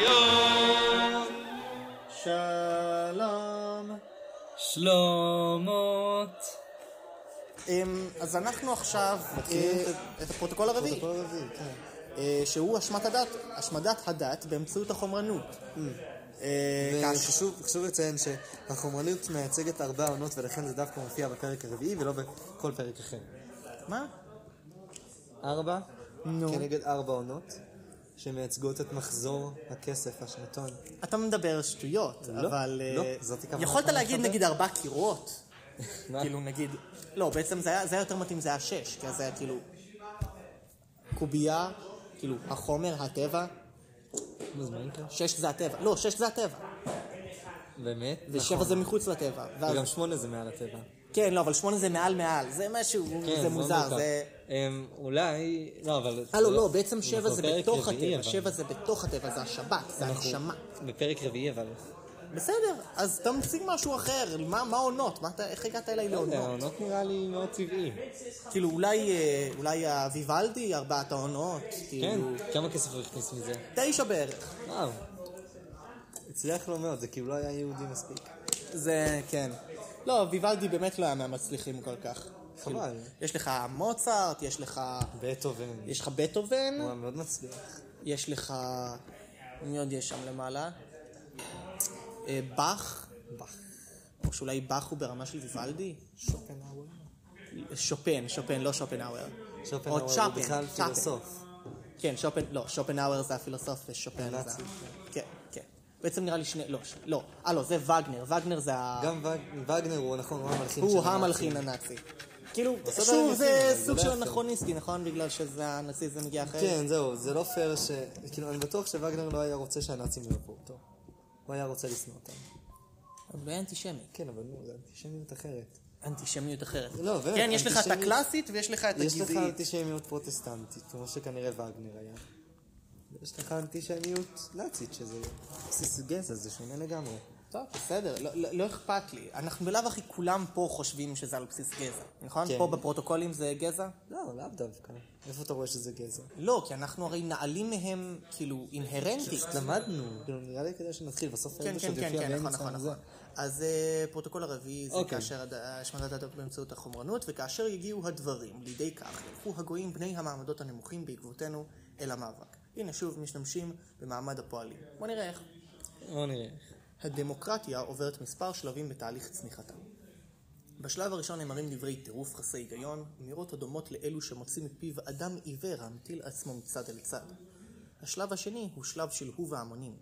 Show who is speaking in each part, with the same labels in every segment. Speaker 1: ציון.
Speaker 2: שלום.
Speaker 3: שלומות.
Speaker 2: אמ, אז אנחנו עכשיו,
Speaker 4: מתחילים
Speaker 2: אה, את הפרוטוקול הרביעי,
Speaker 4: פרוטוקול רביעי, כן.
Speaker 2: אה, שהוא אשמת הדת, השמדת הדת באמצעות החומרנות.
Speaker 4: Mm.
Speaker 2: אה, כאשר-
Speaker 4: וחשוב חשוב לציין שהחומרנות מייצגת ארבע עונות ולכן זה דווקא מופיע בפרק הרביעי ולא בכל פרק אחר.
Speaker 2: מה?
Speaker 4: ארבע,
Speaker 2: נו.
Speaker 4: כנגד ארבע עונות, שמייצגות את מחזור הכסף, השנתון.
Speaker 2: אתה מדבר שטויות,
Speaker 4: לא,
Speaker 2: אבל...
Speaker 4: לא,
Speaker 2: אה,
Speaker 4: זאת הכוונה
Speaker 2: יכולת
Speaker 4: שאתה
Speaker 2: להגיד
Speaker 4: מחבר?
Speaker 2: נגיד ארבע קירות.
Speaker 4: מה?
Speaker 2: כאילו נגיד... לא, בעצם זה היה זה היה יותר מתאים, זה היה שש, כי אז זה היה כאילו... קובייה, כאילו, החומר, הטבע.
Speaker 4: אז מה יקרה?
Speaker 2: שש זה הטבע. לא, שש זה הטבע.
Speaker 4: באמת? נכון.
Speaker 2: ושבע זה מחוץ לטבע. ואז-
Speaker 4: וגם שמונה זה מעל הטבע.
Speaker 2: כן, לא, אבל שמונה זה מעל מעל. זה משהו,
Speaker 4: כן,
Speaker 2: זה
Speaker 4: לא
Speaker 2: מוזר.
Speaker 4: מורכב.
Speaker 2: זה...
Speaker 4: אמ, אולי... לא, אבל...
Speaker 2: אה, לא,
Speaker 4: זה
Speaker 2: לא, בעצם
Speaker 4: אנחנו
Speaker 2: שבע זה
Speaker 4: בפרק
Speaker 2: בתוך
Speaker 4: רביעי,
Speaker 2: הטבע.
Speaker 4: אבל-
Speaker 2: שבע זה בתוך הטבע, זה השבת, זה
Speaker 4: אנחנו
Speaker 2: הנשמה.
Speaker 4: בפרק רביעי, אבל...
Speaker 2: בסדר, אז תמציא משהו אחר. מה מה עונות? מה אתה- איך הגעת אליי
Speaker 4: לא יודע,
Speaker 2: לעונות?
Speaker 4: העונות נראה לי מאוד טבעי.
Speaker 2: כאילו אולי, אה, אולי הוויוולדי, ארבעת העונות,
Speaker 4: כן,
Speaker 2: כאילו,
Speaker 4: כמה כסף הוא הכניס מזה?
Speaker 2: תשע בערך.
Speaker 4: וואו. הצליח לו מאוד, זה כאילו לא היה יהודי מספיק.
Speaker 2: זה, כן. לא, ויוולדי באמת לא היה מהמצליחים כל כך. כאילו,
Speaker 4: חבל.
Speaker 2: יש לך מוצרט, יש לך...
Speaker 4: בטהובן.
Speaker 2: יש לך בטהובן,
Speaker 4: הוא היה מאוד מצליח.
Speaker 2: יש לך... מי עוד יש שם למעלה? אה, באך,
Speaker 4: באך.
Speaker 2: או שאולי באך הוא ברמה של ויוולדי?
Speaker 4: שופנהאוור.
Speaker 2: שופן, שופן, לא שופנהאואר. או
Speaker 4: שופנהאוור הוא
Speaker 2: צ'אפן,
Speaker 4: בכלל
Speaker 2: צ'אפן.
Speaker 4: פילוסוף.
Speaker 2: כן, שופן, לא, שופנהאואר זה הפילוסוף ושופן זה...
Speaker 4: הנאצי,
Speaker 2: ה- כן, כן. בעצם נראה לי שני, לא, ש- לא, אה לא, זה וגנר, וגנר זה ה...
Speaker 4: גם וגנר- וגנר הוא נכון, הוא המלחין
Speaker 2: הוא
Speaker 4: של
Speaker 2: המלחין הנאצי. כאילו,
Speaker 4: בסדר,
Speaker 2: שוב,
Speaker 4: אני
Speaker 2: זה
Speaker 4: מסכים, אבל
Speaker 2: סוג
Speaker 4: זה
Speaker 2: של
Speaker 4: לא יפה.
Speaker 2: אנכרוניסטי, נכון? בגלל שזה הנאציזם הגיע אחרת.
Speaker 4: כן, זהו, זה לא פייר ש... כאילו, אני בטוח שווגנר לא היה רוצה שהנאצים יאהבו אותו. הוא היה רוצה לשנוא אותם.
Speaker 2: אבל זה אנטישמי.
Speaker 4: כן, אבל נו, זה אנטישמיות אחרת.
Speaker 2: אנטישמיות אחרת.
Speaker 4: לא, באמת,
Speaker 2: כן, יש לך את
Speaker 4: אנטישמיות-
Speaker 2: הקלאסית ויש לך את
Speaker 4: יש לך
Speaker 2: הגזעית.
Speaker 4: אנטישמיות פרוטסטנטית, כמו שכנראה וגנר היה. יש לך אנטישמיות נאצית, שזה בסיס גזע, זה שונה לגמרי.
Speaker 2: טוב, בסדר, לא- לא לא אכפת לי. אנחנו בלאו הכי כולם פה חושבים שזה על בסיס גזע, נכון?
Speaker 4: כן.
Speaker 2: פה בפרוטוקולים זה גזע?
Speaker 4: לא, לאו דווקא. איפה אתה רואה שזה גזע?
Speaker 2: לא, כי אנחנו הרי נעלים מהם, כאילו, אינהרנטית.
Speaker 4: למדנו, כאילו, נראה לי כדאי שנתחיל, בסוף
Speaker 2: כן,
Speaker 4: הילד
Speaker 2: כן,
Speaker 4: שעוד
Speaker 2: כן,
Speaker 4: יופיע
Speaker 2: כן, נכון,
Speaker 4: באמצע
Speaker 2: נכון,
Speaker 4: הזה.
Speaker 2: נכון. אז אה, פרוטוקול הרביעי זה
Speaker 4: אוקיי.
Speaker 2: כאשר הד- השמדת הדת באמצעות החומרנות, וכאשר יגיעו הדברים לידי כך, ילכו הגויים בני המעמדות הנמוכים בעקבותינו אל המאבק. הנה שוב משתמשים במעמד הפועלים. בוא נראה איך.
Speaker 4: בוא נראה.
Speaker 2: הדמוקרטיה עוברת מספר שלבים בתהליך צניחתה. בשלב הראשון נאמרים דברי טירוף חסרי היגיון, אמירות הדומות לאלו שמוציא מפיו אדם עיוור המטיל עצמו מצד אל צד. השלב השני הוא שלב של הוא והמונים.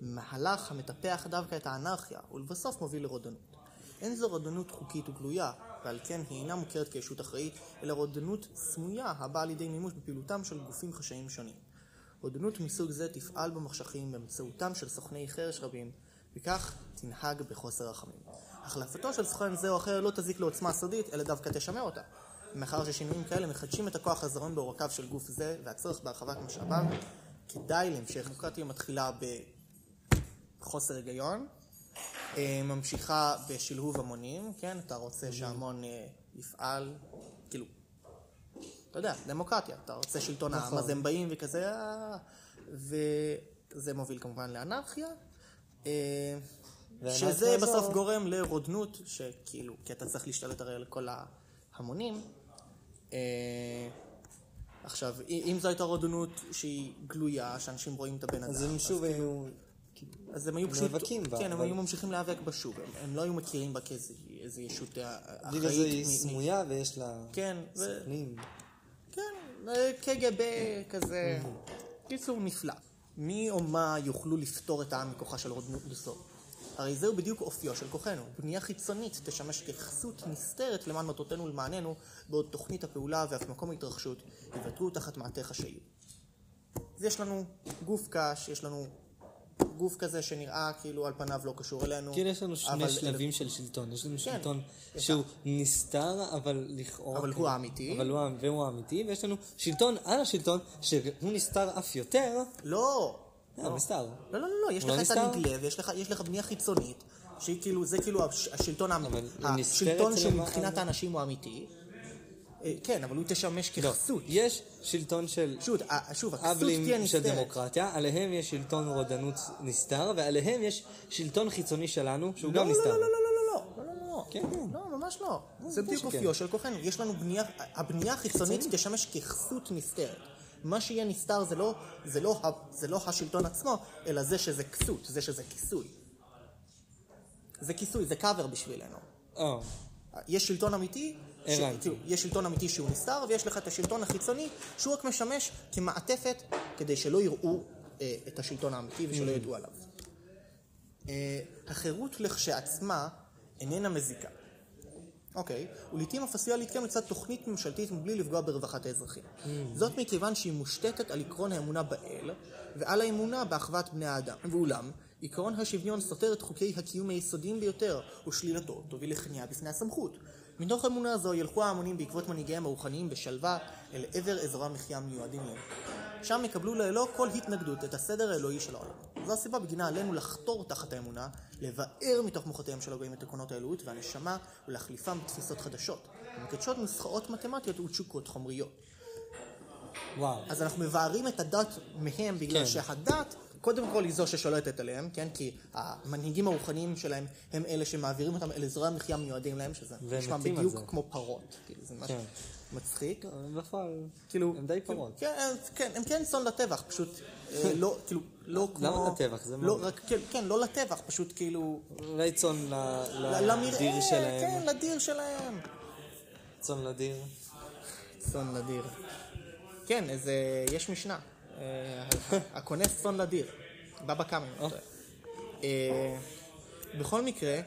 Speaker 2: מהלך המטפח דווקא את האנרכיה, ולבסוף מוביל לרודנות. אין זו רודנות חוקית וגלויה, ועל כן היא אינה מוכרת כישות אחראית, אלא רודנות סמויה הבאה לידי מימוש בפעילותם של גופים חשאיים שונים. רודנות מסוג זה תפעל במחשכים באמצעותם של סוכני חרש רבים, וכך תנהג בחוסר רחמים. החלפתו של סוכן זה או אחר לא תזיק לעוצמה הסודית, אלא דווקא תשמר אותה. מאחר ששינויים כאלה מחדשים את הכוח הזרום בעורקיו של גוף זה, והצורך בהרחבת משאביו, כדאי להמשך. דמוקרטיה מתחילה בחוסר היגיון, אה, ממשיכה בשלהוב המונים, כן? אתה רוצה שההמון אה, יפעל, כאילו, אתה יודע, דמוקרטיה, אתה רוצה שלטון
Speaker 4: נכון.
Speaker 2: העם, אז הם באים וכזה, אה, וזה מוביל כמובן לאנרכיה, אה,
Speaker 4: ואנרכיה
Speaker 2: שזה
Speaker 4: זו-
Speaker 2: בסוף גורם לרודנות, שכאילו, כי אתה צריך להשתלט הרי על כל ההמונים. אה, עכשיו, אם אם זו הייתה רודנות שהיא גלויה, שאנשים רואים את הבן אדם,
Speaker 4: אז הם שוב היו... כאילו,
Speaker 2: אז הם היו
Speaker 4: הם
Speaker 2: פשוט...
Speaker 4: נאבקים בה,
Speaker 2: כן, הם
Speaker 4: אבל-
Speaker 2: היו ממשיכים להיאבק בשוק. הם- הם לא היו מכירים בה כאיזו איזו ישות אה, אחראית.
Speaker 4: בגלל זה היא
Speaker 2: מ- מ-
Speaker 4: סמויה ויש לה...
Speaker 2: כן, ו-
Speaker 4: סוכנים.
Speaker 2: כן, אה, קג"ב כזה. קיצור נפלא. מי או מה יוכלו לפתור את העם מכוחה של רודנות זו? הרי זהו בדיוק אופיו של כוחנו. בנייה חיצונית תשמש כחסות נסתרת למען מטרותינו ולמעננו, בעוד תוכנית הפעולה ואף מקום ההתרחשות יוותרו תחת מעטה חשאי. אז יש לנו גוף קש, יש לנו גוף כזה שנראה כאילו על פניו לא קשור אלינו.
Speaker 4: כאילו יש לנו
Speaker 2: אבל-
Speaker 4: שני שלבים של שלטון, יש לנו שלטון שהוא נסתר, אבל לכאורה...
Speaker 2: אבל הוא האמיתי.
Speaker 4: אבל הוא האמ- והוא האמיתי, ויש לנו שלטון על השלטון, שהוא נסתר אף יותר,
Speaker 2: לא!
Speaker 4: לא, נסתר.
Speaker 2: לא, לא, לא, לא, יש
Speaker 4: הוא לא
Speaker 2: לך את
Speaker 4: נסתר?
Speaker 2: הנגלה, ויש לך- יש לך בנייה חיצונית, שהיא כאילו, זה כאילו הש- השלטון האמיתי.
Speaker 4: אבל היא נסתרת
Speaker 2: השלטון
Speaker 4: למעלה.
Speaker 2: שמבחינת האנשים הוא אמיתי, אה, כן, אבל הוא תשמש
Speaker 4: לא.
Speaker 2: ככסות.
Speaker 4: יש שלטון של
Speaker 2: שוב, ה- שוב, הכסות תהיה
Speaker 4: אבלים של
Speaker 2: נסתרת.
Speaker 4: דמוקרטיה, עליהם יש שלטון רודנות נסתר, ועליהם יש שלטון חיצוני שלנו, שהוא גם נסתר.
Speaker 2: לא, לא, לא, לא, לא, לא, לא, לא, לא,
Speaker 4: כן, כן.
Speaker 2: לא, ממש לא. זה בדיוק
Speaker 4: שכן.
Speaker 2: אופיו של כוחנו. יש לנו בנייה, הבנייה החיצונית תשמש ככסות נסתרת. מה שיהיה נסתר זה לא, זה, לא, ה- זה לא השלטון עצמו, אלא זה שזה כסות, זה שזה כיסוי. זה כיסוי, זה קאבר בשבילנו.
Speaker 4: אה,
Speaker 2: יש שלטון אמיתי, ש-
Speaker 4: הבנתי.
Speaker 2: כאילו, יש שלטון אמיתי שהוא נסתר, ויש לך את השלטון החיצוני, שהוא רק משמש כמעטפת כדי שלא יראו אה, את השלטון האמיתי ושלא ידעו עליו. אה, החירות לכשעצמה איננה מזיקה. אוקיי, ולעיתים אף עשויה להתקיים לצד תוכנית ממשלתית מבלי לפגוע ברווחת האזרחים. זאת מכיוון שהיא מושתתת על עקרון האמונה באל ועל האמונה באחוות בני האדם. ואולם, עקרון השוויון סותר את חוקי הקיום היסודיים ביותר, ושלילתו תוביל לכניעה בפני הסמכות. מתוך אמונה זו ילכו ההמונים בעקבות מנהיגיהם הרוחניים בשלווה אל עבר אזורי המחיה המיועדים להם. שם יקבלו ללא כל התנגדות את הסדר האלוהי של העולם. זו הסיבה בגינה עלינו לחתור תחת האמונה, לבאר מתוך מוחותיהם של הגויים את עקרונות האלוהות והנשמה ולהחליפם בתפיסות חדשות, המקדשות נוסחאות מתמטיות ותשוקות חומריות.
Speaker 4: וואו.
Speaker 2: אז אנחנו מבארים את הדת מהם בגלל
Speaker 4: כן.
Speaker 2: שהדת קודם כל היא זו ששולטת עליהם, כן? כי המנהיגים הרוחניים שלהם הם אלה שמעבירים אותם אל אזורי המחיה המיועדים להם, שזה
Speaker 4: והם
Speaker 2: נשמע
Speaker 4: מתים על
Speaker 2: בדיוק
Speaker 4: זה.
Speaker 2: כמו פרות. כאילו זה משהו
Speaker 4: כן.
Speaker 2: מצחיק.
Speaker 4: בפועל,
Speaker 2: כאילו...
Speaker 4: הם די
Speaker 2: כאילו,
Speaker 4: פרות. כן.
Speaker 2: כן, הם- כן, הם כן צאן לטבח, פשוט אה, לא, כאילו, לא כמו...
Speaker 4: למה לטבח? זה
Speaker 2: לא,
Speaker 4: מאוד-
Speaker 2: רק, כן, כן, לא לטבח, פשוט כאילו...
Speaker 4: אולי צאן ל-
Speaker 2: ל-
Speaker 4: לדיר
Speaker 2: למרעה,
Speaker 4: אה, שלהם,
Speaker 2: כן, לדיר שלהם.
Speaker 4: צאן לדיר.
Speaker 2: צאן לדיר. כן, איזה... יש משנה. אה, הקונה צאן לדיר. בבא קמא. אם אני לא טועה. אה, בכל מקרה,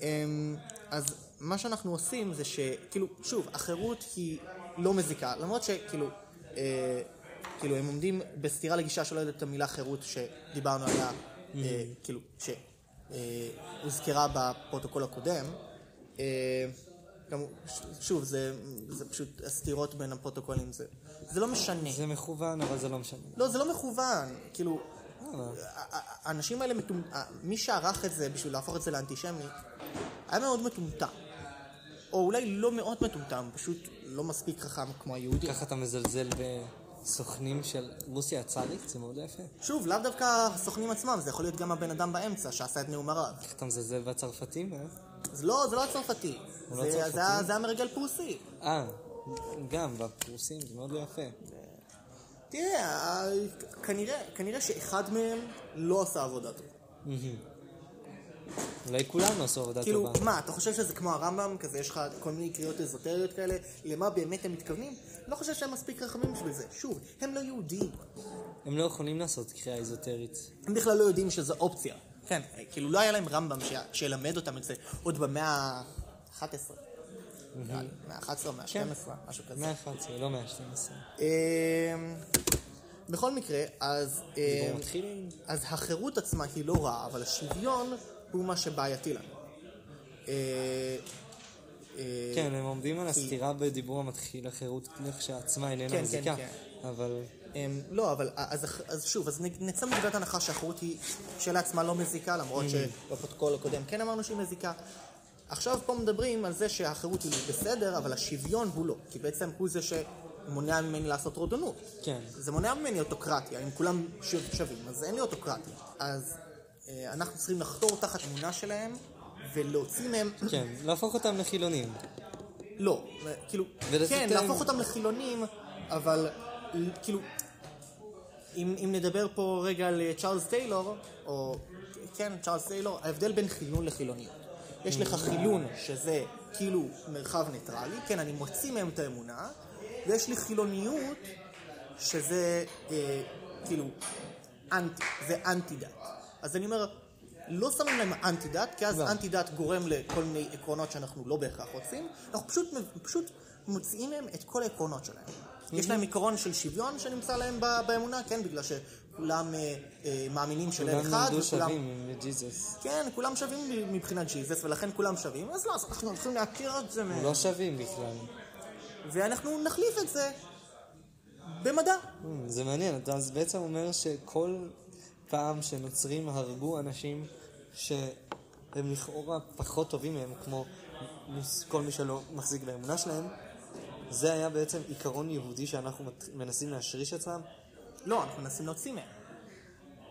Speaker 2: אמ, אז מה שאנחנו עושים זה שכאילו, שוב, החירות היא לא מזיקה, למרות שכאילו, אה, כאילו הם עומדים בסתירה לגישה שלא יודעת את המילה חירות שדיברנו עליה, אה, כאילו, שהוזכרה בפרוטוקול הקודם. אה, גם, ש- שוב, זה, זה פשוט הסתירות בין הפרוטוקולים, זה, זה לא משנה.
Speaker 4: זה מכוון, אבל זה לא משנה.
Speaker 2: לא, זה לא מכוון, כאילו,
Speaker 4: אה,
Speaker 2: ה- ה- האנשים האלה, מטומ... ה- מי שערך את זה בשביל להפוך את זה לאנטישמי, היה מאוד מטומטם. או אולי לא מאוד מטומטם, פשוט לא מספיק חכם כמו היהודים.
Speaker 4: ככה אתה מזלזל בסוכנים של רוסיה הצארית, זה מאוד לא יפה.
Speaker 2: שוב, לאו דווקא הסוכנים עצמם, זה יכול להיות גם הבן אדם באמצע שעשה את נאום הרב.
Speaker 4: איך אתה מזלזל בצרפתים, אה?
Speaker 2: זה לא, זה לא הצרפתי.
Speaker 4: הוא לא
Speaker 2: זה-
Speaker 4: הצרפתי?
Speaker 2: זה היה- זה היה מרגל פרוסי.
Speaker 4: אה, גם בפרוסים, זה מאוד לא יפה.
Speaker 2: תראה, ה- כנראה- כנראה שאחד מהם לא עשה עבודה טובה.
Speaker 4: אולי כולם עשו עבודה
Speaker 2: כאילו,
Speaker 4: טובה.
Speaker 2: מה, אתה חושב שזה כמו הרמב"ם, כזה יש לך כל מיני קריאות אזוטריות כאלה, למה באמת הם מתכוונים? לא חושב שהם מספיק חכמים בשביל זה. שוב, הם לא יהודים.
Speaker 4: הם לא יכולים לעשות קריאה איזוטרית.
Speaker 2: הם בכלל לא יודעים שזו אופציה. כן, כאילו לא היה להם רמב"ם ש- שילמד אותם את זה עוד במאה ה-11. נראה לי, מאה ה-11 או מאה ה-12, משהו כזה.
Speaker 4: מאה ה-11, לא מאה ה-12.
Speaker 2: אמ, בכל מקרה, אז... אמ,
Speaker 4: בואו נתחיל עם...
Speaker 2: אז החירות עצמה היא לא רעה, אבל השוויון הוא מה שבעייתי לנו. אה, אה,
Speaker 4: כן, הם עומדים על הסתירה בדיבור המתחיל, החירות כשלעצמה
Speaker 2: כן,
Speaker 4: איננה
Speaker 2: כן,
Speaker 4: מזיקה.
Speaker 2: כן.
Speaker 4: אבל...
Speaker 2: אמ, לא, אבל אז, אז שוב, אז נ- נצא מנקודת הנחה שהחירות היא שלעצמה לא מזיקה, למרות שבפרוטוקול הקודם כן אמרנו שהיא מזיקה. עכשיו פה מדברים על זה שהחירות היא בסדר, אבל השוויון הוא לא, כי בעצם הוא זה שמונע ממני לעשות רודנות.
Speaker 4: כן.
Speaker 2: זה מונע ממני אוטוקרטיה, אם כולם שו- שווים, אז אין לי אוטוקרטיה. אז אה, אנחנו צריכים לחתור תחת אמונה שלהם, ולהוציא מהם,
Speaker 4: כן, להפוך אותם לחילונים.
Speaker 2: לא, אה, כאילו,
Speaker 4: ולתת
Speaker 2: כן,
Speaker 4: להם-
Speaker 2: להפוך אותם לחילונים, אבל ל- כאילו, אם, אם נדבר פה רגע על אה, צ'ארלס טיילור, או כן, צ'ארלס טיילור, ההבדל בין חילון לחילוניות. יש לך חילון שזה כאילו מרחב ניטרלי, כן, אני מוציא מהם את האמונה, ויש לי חילוניות שזה אה, כאילו אנטי, זה אנטי דת. אז אני אומר, לא שמים להם אנטי דת, כי אז
Speaker 4: לא.
Speaker 2: אנטי דת גורם לכל מיני עקרונות שאנחנו לא בהכרח רוצים, אנחנו פשוט, פשוט מוציאים מהם את כל העקרונות שלהם. יש להם עיקרון של שוויון שנמצא להם ב- באמונה, כן, בגלל שכולם אה, אה, מאמינים שלאל
Speaker 4: כולם
Speaker 2: אחד,
Speaker 4: למדו
Speaker 2: וכולם...
Speaker 4: שווים מג'יזוס.
Speaker 2: כן, כולם שווים מבחינת ג'יזס, ולכן כולם שווים, אז לא, אז אנחנו הולכים להכיר את זה מהם.
Speaker 4: לא שווים בכלל.
Speaker 2: ואנחנו נחליף את זה במדע.
Speaker 4: Hmm, זה מעניין, אתה אז בעצם אומר שכל פעם שנוצרים הרגו אנשים שהם לכאורה פחות טובים מהם, כמו מוס- כל מי שלא מחזיק באמונה שלהם, זה היה בעצם עיקרון יהודי שאנחנו מת- מנסים להשריש אצלם?
Speaker 2: לא, אנחנו מנסים להוציא מהם.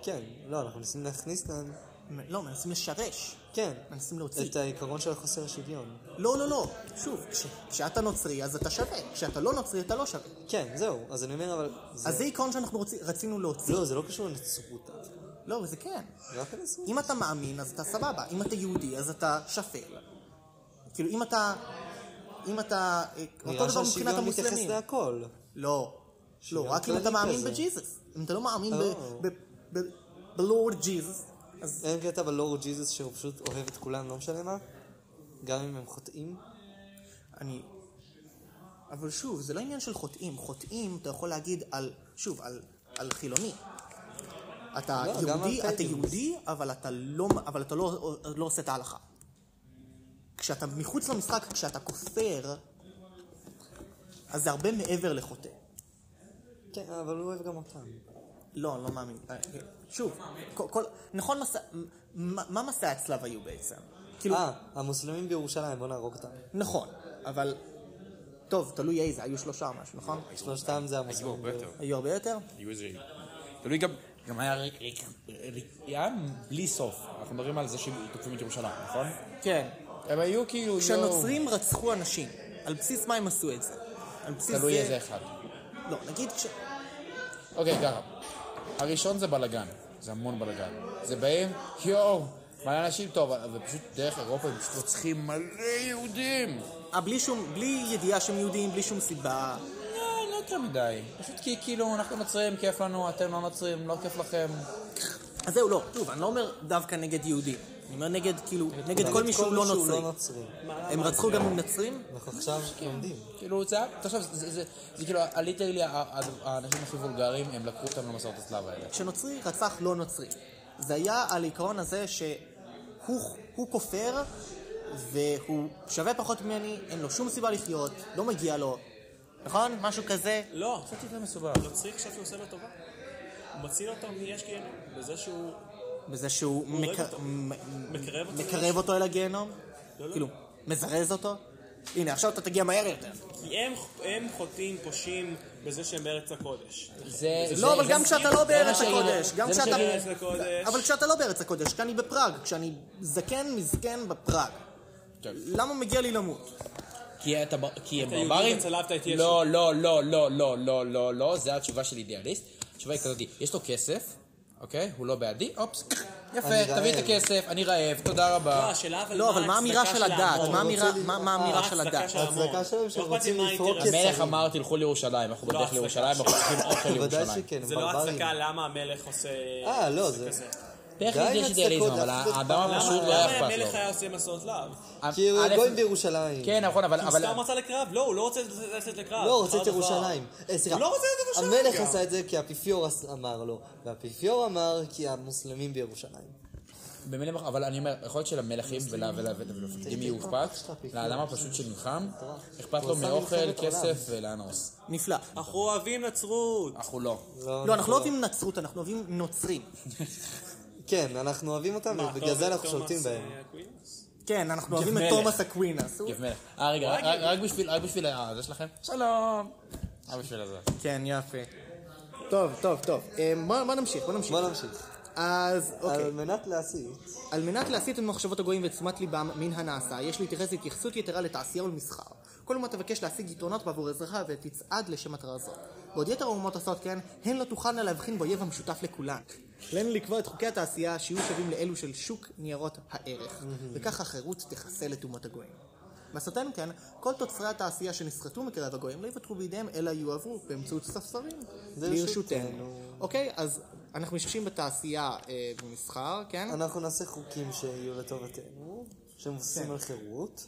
Speaker 4: כן, לא, אנחנו מנסים להכניס להם,
Speaker 2: מ- לא, מנסים לשרש.
Speaker 4: כן,
Speaker 2: מנסים להוציא.
Speaker 4: את העיקרון של החוסר השוויון.
Speaker 2: לא, לא, לא. שוב, כש- כשאתה נוצרי אז אתה שווה. כשאתה לא נוצרי אתה לא שווה.
Speaker 4: כן, זהו, אז אני אומר, אבל... זה-
Speaker 2: אז זה עיקרון שאנחנו רוצי- רצינו להוציא.
Speaker 4: לא, זה לא קשור לנצרות,
Speaker 2: לא, וזה כן.
Speaker 4: רק לנצרות.
Speaker 2: אם אתה מאמין, אז אתה סבבה. אם אתה יהודי, אז אתה שפל. כאילו, אם אתה... אם אתה... אה, אותו
Speaker 4: נראה
Speaker 2: דבר מבחינת
Speaker 4: שהשוויון מתייחס
Speaker 2: המוסלמים.
Speaker 4: להכל.
Speaker 2: לא. לא, רק אם
Speaker 4: כללי
Speaker 2: אתה מאמין
Speaker 4: כזה.
Speaker 2: בג'יזוס. אם אתה לא מאמין ב-
Speaker 4: או.
Speaker 2: ב- ב- בלורד ג'יזוס, אז
Speaker 4: אין קטע בלורד ג'יזוס שהוא פשוט אוהב את כולם, לא משנה מה? גם אם הם חוטאים?
Speaker 2: אני... אבל שוב, זה לא עניין של חוטאים. חוטאים, אתה יכול להגיד על... שוב, על, על חילוני. אתה
Speaker 4: לא, גם
Speaker 2: יהודי,
Speaker 4: על
Speaker 2: אתה
Speaker 4: פייגן.
Speaker 2: יהודי, אבל אתה לא, אבל אתה לא, לא עושה את ההלכה. כשאתה מחוץ למשחק, כשאתה כופר, אז זה הרבה מעבר לחוטא.
Speaker 4: כן, אבל הוא אוהב גם אותם.
Speaker 2: לא, אני לא מאמין. שוב, כל, כל, נכון, מסע, מה, מה מסעי הצלב היו בעצם? כאילו,
Speaker 4: אה, המוסלמים בירושלים, בוא נהרוג אותם.
Speaker 2: נכון, אבל... טוב, תלוי איזה, היו שלושה או משהו, נכון?
Speaker 4: שלושתם זה
Speaker 1: היו
Speaker 4: המוסלמים.
Speaker 1: הרבה
Speaker 4: ב-
Speaker 1: יותר.
Speaker 2: היו הרבה יותר?
Speaker 1: היו איזה... תלוי גם... גם היה ריק- ריק- ריק- היה בלי סוף. אנחנו מדברים על זה שתוקפים את ירושלים, נכון?
Speaker 2: כן.
Speaker 1: הם היו כאילו...
Speaker 2: כשהנוצרים רצחו אנשים, על בסיס מה הם עשו את זה? על בסיס
Speaker 1: יואו, תלוי
Speaker 2: זה...
Speaker 1: איזה אחד.
Speaker 2: לא, נגיד כש...
Speaker 1: אוקיי, ככה. הראשון זה בלאגן. זה המון בלאגן. זה באים, יואו, מלא אנשים טוב, ופשוט דרך אירופה הם פשוט רוצחים מלא יהודים.
Speaker 2: אה, בלי שום... בלי ידיעה שהם יהודים, בלי שום סיבה.
Speaker 1: לא, לא יותר מדי. פשוט כי כאילו אנחנו נוצרים, כיף לנו, אתם לא נוצרים, לא כיף לכם.
Speaker 2: אז זהו, לא. שוב, אני לא אומר דווקא נגד יהודים. אני אומר נגד, כאילו, נגד כל מי שהוא לא נוצרי.
Speaker 4: נוצרי.
Speaker 2: הם רצחו גם נוצרים?
Speaker 4: אנחנו עכשיו
Speaker 3: כן.
Speaker 4: לומדים.
Speaker 1: כאילו זה היה, תחשוב, זה- זה- זה זה כאילו, הליטרלי, האנשים הכי וולגריים, הם לקחו אותם למסעות הצלב האלה.
Speaker 2: כשנוצרי רצח לא נוצרי. זה היה על העיקרון הזה שהוא הוא כופר והוא שווה פחות ממני, אין לו שום סיבה לחיות, לא מגיע לו. נכון? משהו כזה.
Speaker 3: לא,
Speaker 1: קצת יותר מסובך.
Speaker 3: נוצרי חשב שהוא עושה לו טובה. הוא מציל אותו מיש גיהנום, בזה שהוא...
Speaker 2: בזה שהוא
Speaker 3: הורג
Speaker 2: מק-
Speaker 3: אותו.
Speaker 2: מ-
Speaker 3: מקרב אותו.
Speaker 2: מקרב אותו אל הגיהנום?
Speaker 3: לא, לא.
Speaker 2: כאילו, מזרז אותו? הנה, עכשיו אתה תגיע מהר יותר.
Speaker 3: כי הם, הם חוטאים, פושעים, בזה שהם בארץ הקודש.
Speaker 1: זה...
Speaker 2: לא, אבל גם כשאתה לא בארץ
Speaker 1: מה שאני-
Speaker 2: הקודש, גם
Speaker 1: זה מה
Speaker 2: כשאתה-
Speaker 1: שאני-
Speaker 3: בארץ הקודש.
Speaker 2: אבל כשאתה לא בארץ הקודש, כשאני בפראג, כשאני זקן מזקן בפראג,
Speaker 1: כן.
Speaker 2: למה מגיע לי למות?
Speaker 1: כי אתה ב- כי הם
Speaker 3: היהודים
Speaker 1: ברברים?
Speaker 3: וצלבת את ישו.
Speaker 1: לא, לא, לא, לא, לא, לא, לא, לא, זה התשובה של אידיאליסט. התשובה היא כזאת, יש לו כסף, אוקיי? הוא לא בעדי, אופס.
Speaker 4: אני
Speaker 1: יפה,
Speaker 4: רעב.
Speaker 1: תביא את הכסף, אני רעב, תודה
Speaker 3: לא,
Speaker 1: רבה.
Speaker 3: השאלה אבל
Speaker 2: לא, אבל מה האמירה
Speaker 3: ההצדקה
Speaker 2: של הדת?
Speaker 3: ההמון?
Speaker 2: מה האמירה-
Speaker 4: רוצה
Speaker 2: מה-
Speaker 4: לי-
Speaker 2: מה האמירה
Speaker 3: מה
Speaker 2: של
Speaker 3: ההצדקה
Speaker 2: הדת?
Speaker 3: של ההמון?
Speaker 4: ההצדקה שלהם שהם
Speaker 3: לא אכפת לי
Speaker 4: רוצים
Speaker 3: מה
Speaker 4: לפרוק
Speaker 3: האינטרס.
Speaker 4: כסף.
Speaker 1: המלך אמר, תלכו לירושלים, אנחנו
Speaker 3: לא,
Speaker 1: בדרך
Speaker 3: הצדקה
Speaker 1: לירושלים, אנחנו צריכים אוכל
Speaker 4: בוודאי
Speaker 1: לירושלים.
Speaker 4: שכן,
Speaker 3: זה לא
Speaker 4: ברברים.
Speaker 3: הצדקה למה המלך עושה...
Speaker 4: אה, לא,
Speaker 3: עושה
Speaker 4: זה-
Speaker 3: כזה.
Speaker 4: די
Speaker 1: טכנית יש
Speaker 4: עם
Speaker 1: אידיאליזם,
Speaker 4: הצדקות,
Speaker 1: אבל
Speaker 4: להפסיק
Speaker 1: האדם
Speaker 4: את
Speaker 1: הפשוט לא
Speaker 3: למה למה
Speaker 1: היה אכפת
Speaker 3: המלך
Speaker 1: לו.
Speaker 3: היה עושה מסעות לאו?
Speaker 4: כי הוא
Speaker 1: א',
Speaker 4: כאילו, גויים לא בירושלים.
Speaker 1: כן, נכון, אבל...
Speaker 3: הוא
Speaker 1: אבל-
Speaker 3: סתם רצה לקרב, לא, הוא לא רוצה לצאת לקרב.
Speaker 4: לא, הוא רוצה את
Speaker 3: אותו דבר.
Speaker 4: ירושלים. אה, סליחה.
Speaker 3: הוא לא רוצה את ירושלים
Speaker 4: המלך
Speaker 3: גם.
Speaker 4: עשה את זה כי האפיפיור עש- אמר לו. והאפיפיור אמר כי המוסלמים בירושלים.
Speaker 1: במילים אחרות, אבל אני אומר, יכול להיות שלמלכים ול- ול- ול- ולמפקדים יהיו אכפת, לאדם הפשוט שנלחם, אכפת לו
Speaker 4: הוא עשה
Speaker 1: מאוכל,
Speaker 4: מלחמת
Speaker 1: כסף
Speaker 4: עולם.
Speaker 1: ולאנוס.
Speaker 2: נפלא.
Speaker 3: אנחנו אוהבים נצרות.
Speaker 1: אנחנו לא.
Speaker 4: אה,
Speaker 2: לא, אנחנו לא אוהבים נצרות, אנחנו אוהבים נוצרים.
Speaker 4: כן, אנחנו אוהבים אותם,
Speaker 3: מה,
Speaker 4: ובגלל זה
Speaker 3: אתה
Speaker 4: אנחנו
Speaker 3: אוהב את
Speaker 4: שולטים
Speaker 3: תומאס,
Speaker 4: בהם.
Speaker 3: אה, אקווינס?
Speaker 2: כן, אנחנו אוהבים את
Speaker 1: מלך.
Speaker 2: תומאס אקווינס. הוא-
Speaker 1: יפה מלך. אה, רגע, רק- רק רק בשביל, רק בשביל ה- אה, זה שלכם? שלום. רק בשביל הזה.
Speaker 2: כן, יפה. טוב, טוב, טוב. אה, בוא בוא נמשיך, בוא נמשיך.
Speaker 4: בוא נמשיך.
Speaker 2: אז, אוקיי.
Speaker 4: על מנת להסית,
Speaker 2: על מנת להסיט את מחשבות הגויים ואת תשומת ליבם מן הנעשה, יש להתייחס התייחסות יתרה לתעשייה ולמסחר. כל אומה תבקש להשיג יתרונות בעבור אזרחה ותצעד לשם מטרה זו. בעוד יתר האומות עושות כן, הן לא תוכלנה להבחין באויב המשותף לכולן. עלינו לקבוע את חוקי התעשייה שיהיו שווים לאלו של שוק ניירות הערך, וכך החירות תחסל את אומות הגויים. בעשותנו כן, כל תוצרי התעשייה שנסחטו מקרב הגויים לא יוותרו בידיהם, אלא יועברו באמצעות ספסרים לרשותנו.
Speaker 4: לרשותנו.
Speaker 2: אוקיי, אז אנחנו משתמשים בתעשייה אה, במסחר, כן?
Speaker 4: אנחנו נעשה חוקים שיהיו לטובתנו, שמבוססים על חירות,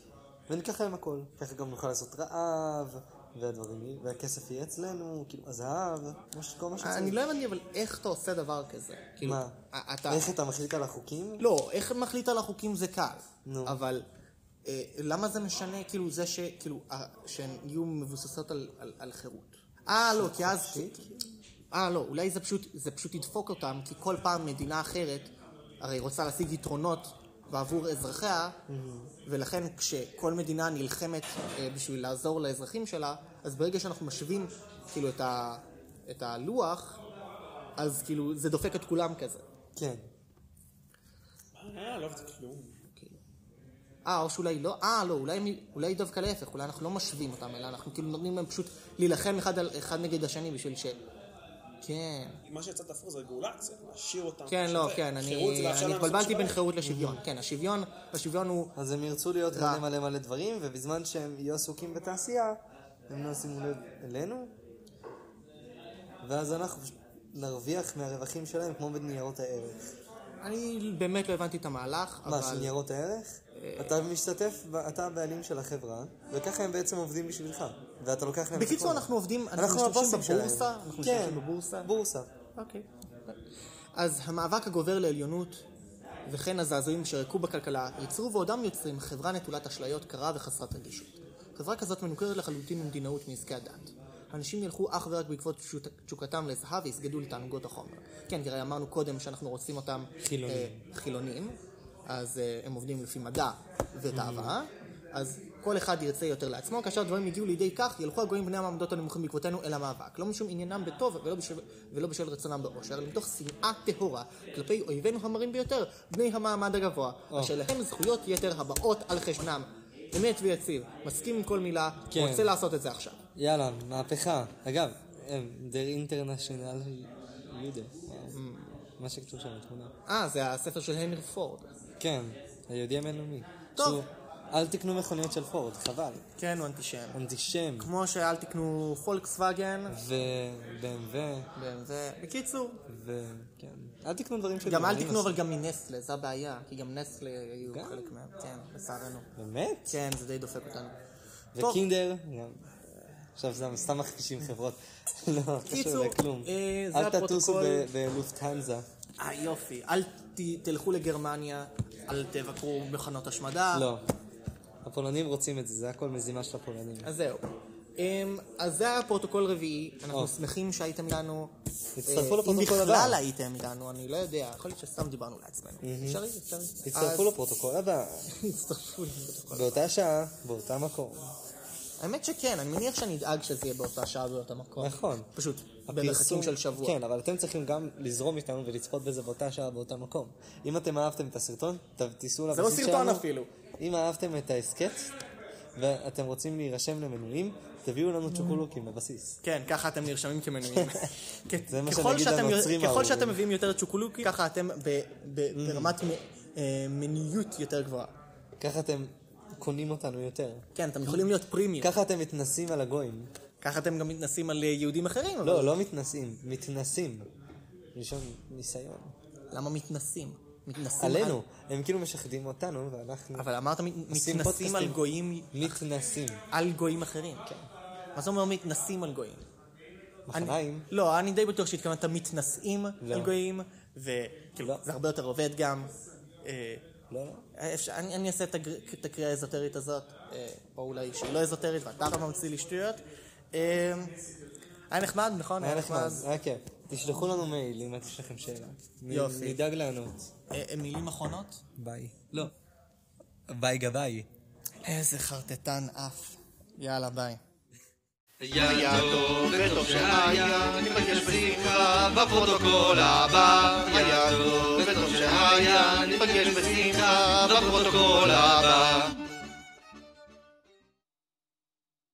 Speaker 4: וניקח להם הכל. ככה גם נוכל לעשות רעב, והדברים, והכסף יהיה אצלנו, כאילו, הזהב, כמו ש- כל מה שצריך.
Speaker 2: אני לא הבנתי אבל איך אתה עושה דבר כזה. כאילו,
Speaker 4: מה?
Speaker 2: א- אתה...
Speaker 4: איך אתה מחליט על החוקים?
Speaker 2: לא, איך מחליט על החוקים זה קל.
Speaker 4: נו.
Speaker 2: אבל אה, למה זה משנה, כאילו, זה ש... כאילו, אה, שהן יהיו מבוססות על- על על חירות? אה, לא, כי אז... אה, לא, אולי זה פשוט, זה פשוט ידפוק אותם, כי כל פעם מדינה אחרת הרי רוצה להשיג יתרונות ועבור אזרחיה, ולכן כשכל מדינה נלחמת אה, בשביל לעזור לאזרחים שלה, אז ברגע שאנחנו משווים כאילו את, ה, את הלוח, אז כאילו זה דופק את כולם כזה.
Speaker 4: כן.
Speaker 3: אה, לא עבדתי כלום.
Speaker 2: אה, או שאולי לא, אה, לא, אולי, מ- אולי דווקא להפך, אולי אנחנו לא משווים אותם, אלא אנחנו כאילו נותנים להם פשוט להילחם אחד, על, אחד נגד השני בשביל ש... כן,
Speaker 3: מה שיצא תפור זה רגולציה, להשאיר אותם.
Speaker 2: כן, לא,
Speaker 3: שווה.
Speaker 2: כן, אני,
Speaker 3: חירות זה לאפשר
Speaker 2: אני
Speaker 3: להם לעשות
Speaker 2: התבלבלתי
Speaker 3: שלהם.
Speaker 2: בין חירות לשוויון. כן, השוויון, השוויון הוא...
Speaker 4: אז הם ירצו להיות
Speaker 2: רע.
Speaker 4: מלא מלא מלא דברים, ובזמן שהם יהיו עסוקים בתעשייה, הם לא ישימו לב אלינו, ואז אנחנו פשוט נרוויח מהרווחים שלהם כמו בניירות הערך.
Speaker 2: אני באמת לא הבנתי את המהלך,
Speaker 4: מה, של
Speaker 2: אבל... אה.
Speaker 4: ניירות הערך? אתה משתתף, ב- אתה הבעלים של החברה, וככה הם בעצם עובדים בשבילך, ואתה לוקח להם... את
Speaker 2: בקיצור,
Speaker 4: הכל.
Speaker 2: אנחנו עובדים, אנחנו משתמשים
Speaker 4: הבוסים שלהם.
Speaker 2: בבורסה, אנחנו
Speaker 4: כן,
Speaker 2: משתמשים בבורסה.
Speaker 4: בורסה.
Speaker 2: אוקיי. אז המאבק הגובר לעליונות וכן הזעזועים שרקו בכלכלה ייצרו ועודם יוצרים חברה נטולת אשליות קרה וחסרת רגישות. חברה כזאת מנוכרת לחלוטין ממדינאות מעסקי הדת. אנשים ילכו אך ורק בעקבות תשוק- תשוקתם לזהב ויסגדו לתענוגות החומר. כן, כי הרי אמרנו קודם שאנחנו רוצים אותם
Speaker 4: חילונים.
Speaker 2: אה, חילונים, אז אה, הם עובדים לפי מדע ותאווה, אז כל אחד ירצה יותר לעצמו, כאשר הדברים הגיעו לידי כך, ילכו הגויים בני המעמדות הנמוכים בעקבותינו אל המאבק. לא משום עניינם בטוב ולא בשל, ולא בשל רצונם בעושר, אלא מתוך שנאה טהורה כלפי אויבינו המרים ביותר, בני המעמד הגבוה, אשר להם זכויות יתר הבאות על חשבונם. אמת ויציב, מסכים עם כל מילה,
Speaker 4: כן.
Speaker 2: רוצה לעשות את זה עכשיו.
Speaker 4: יאללה, מהפכה. אגב, הם, they're international Jude. מה שכתוב שם בתמונה.
Speaker 2: אה, זה הספר של הנרי פורד.
Speaker 4: כן, היהודי הבינלאומי.
Speaker 2: טוב.
Speaker 4: שהוא, אל תקנו מכוניות של פורד, חבל.
Speaker 2: כן, הוא אנטישם.
Speaker 4: אנטישם.
Speaker 2: כמו שאל תקנו פולקסווגן,
Speaker 4: ו-BMW,
Speaker 2: וזה... בקיצור,
Speaker 4: וכן. כן. אל תקנו דברים של...
Speaker 2: גם אל
Speaker 4: גרמנים
Speaker 2: תקנו אבל
Speaker 4: עשו.
Speaker 2: גם מנסטלה, זו הבעיה, כי גם נסטלה היו
Speaker 4: גם?
Speaker 2: חלק מהם, כן, לצערנו.
Speaker 4: באמת?
Speaker 2: כן, זה די דופק אותנו. טוב,
Speaker 4: וקינדר, גם. עכשיו סתם- סתם מכפישים חברות. לא,
Speaker 2: קיצור,
Speaker 4: קשור לכלום.
Speaker 2: אה, זה
Speaker 4: אל תטוסו
Speaker 2: הפרוטוקול.
Speaker 4: ב- בלופטהנזה.
Speaker 2: אה, יופי, אל ת- תלכו לגרמניה, אל תבקרו מכונות השמדה.
Speaker 4: לא. הפולנים רוצים את זה, זה הכל מזימה של הפולנים.
Speaker 2: אז זהו. אמ, אז זה היה פרוטוקול רביעי, אנחנו
Speaker 4: או.
Speaker 2: שמחים שהייתם איתנו.
Speaker 4: תצטרפו
Speaker 2: אה,
Speaker 4: לפרוטוקול
Speaker 2: אם בכלל
Speaker 4: הבא.
Speaker 2: הייתם איתנו, אני לא יודע, יכול להיות שסתם דיברנו לעצמנו. אפשרי, אפשרי.
Speaker 4: תצטרפו
Speaker 2: אז-
Speaker 4: לפרוטוקול הבא.
Speaker 2: תצטרפו לפרוטוקול.
Speaker 4: באותה שעה, באותה מקום.
Speaker 2: האמת שכן, אני מניח שאני אדאג שזה יהיה באותה שעה ובאותו מקום.
Speaker 4: נכון.
Speaker 2: פשוט,
Speaker 4: הפרסום-
Speaker 2: במרחקים של שבוע.
Speaker 4: כן, אבל אתם צריכים גם לזרום איתנו ולצפות בזה באותה שעה, באותו מקום. אם אתם אהבתם את הסרטון, ת- תיסעו לבסיס
Speaker 2: לא
Speaker 4: שלנו.
Speaker 2: סרטון אפילו.
Speaker 4: אם אהבתם את ההסכת, ואתם רוצים להירשם למנויים, תביאו לנו צ'וקולוקים לבסיס.
Speaker 2: כן, ככה אתם נרשמים כמנויים. כ-
Speaker 4: זה מה
Speaker 2: ככל
Speaker 4: שנגיד
Speaker 2: שאתם-
Speaker 4: לנוצרים
Speaker 2: ככל
Speaker 4: הארורים.
Speaker 2: שאתם מביאים יותר צ'וקולוקי, ככה אתם ב-
Speaker 4: Mm.
Speaker 2: ב- ברמת מ- אה, מיניות יותר גבוהה.
Speaker 4: ככה אתם קונים אותנו יותר.
Speaker 2: כן, אתם יכולים להיות פרימיום.
Speaker 4: Mm. ככה אתם מתנסים על הגויים.
Speaker 2: ככה אתם גם מתנסים על אה, יהודים אחרים, אבל
Speaker 4: לא, לא מתנסים, מתנסים. ראשון ניסיון.
Speaker 2: למה מתנסים? מתנסים
Speaker 4: לא. עלינו. הם כאילו משחדים אותנו, ואנחנו
Speaker 2: על- אבל אמרת מת- מתנסים
Speaker 4: עושים פודקאסטים. כן.
Speaker 2: על גויים,
Speaker 4: מתנסים.
Speaker 2: על גויים אחרים. מה זה אומר מתנסים על גויים? אני-
Speaker 4: מחריים.
Speaker 2: לא, אני די בטוח שהתכוונת מתנשאים
Speaker 4: לא.
Speaker 2: על גויים, וכאילו,
Speaker 4: לא.
Speaker 2: זה הרבה יותר עובד גם. אה,
Speaker 4: לא, לא.
Speaker 2: אפשר- אני אני אעשה את הגר- את הקריאה האזוטרית הזאת, אה, או אולי שהיא לא אזוטרית, ואתה גם ממציא לי שטויות. אה, היה נחמד, נכון?
Speaker 4: היה נחמד, היה כיף. תשלחו לנו מייל אם יש לכם שאלה. נ-
Speaker 2: יופי.
Speaker 4: נדאג לענות.
Speaker 2: אה, אה, מילים אחרונות?
Speaker 4: ביי. לא. ביי גביי.
Speaker 2: איזה חרטטן אף. יאללה, ביי.
Speaker 5: היה טוב וטוב שהיה, ניפגש בשמחה בפרוטוקול הבא. היה טוב וטוב שהיה, ניפגש בשמחה בפרוטוקול הבא.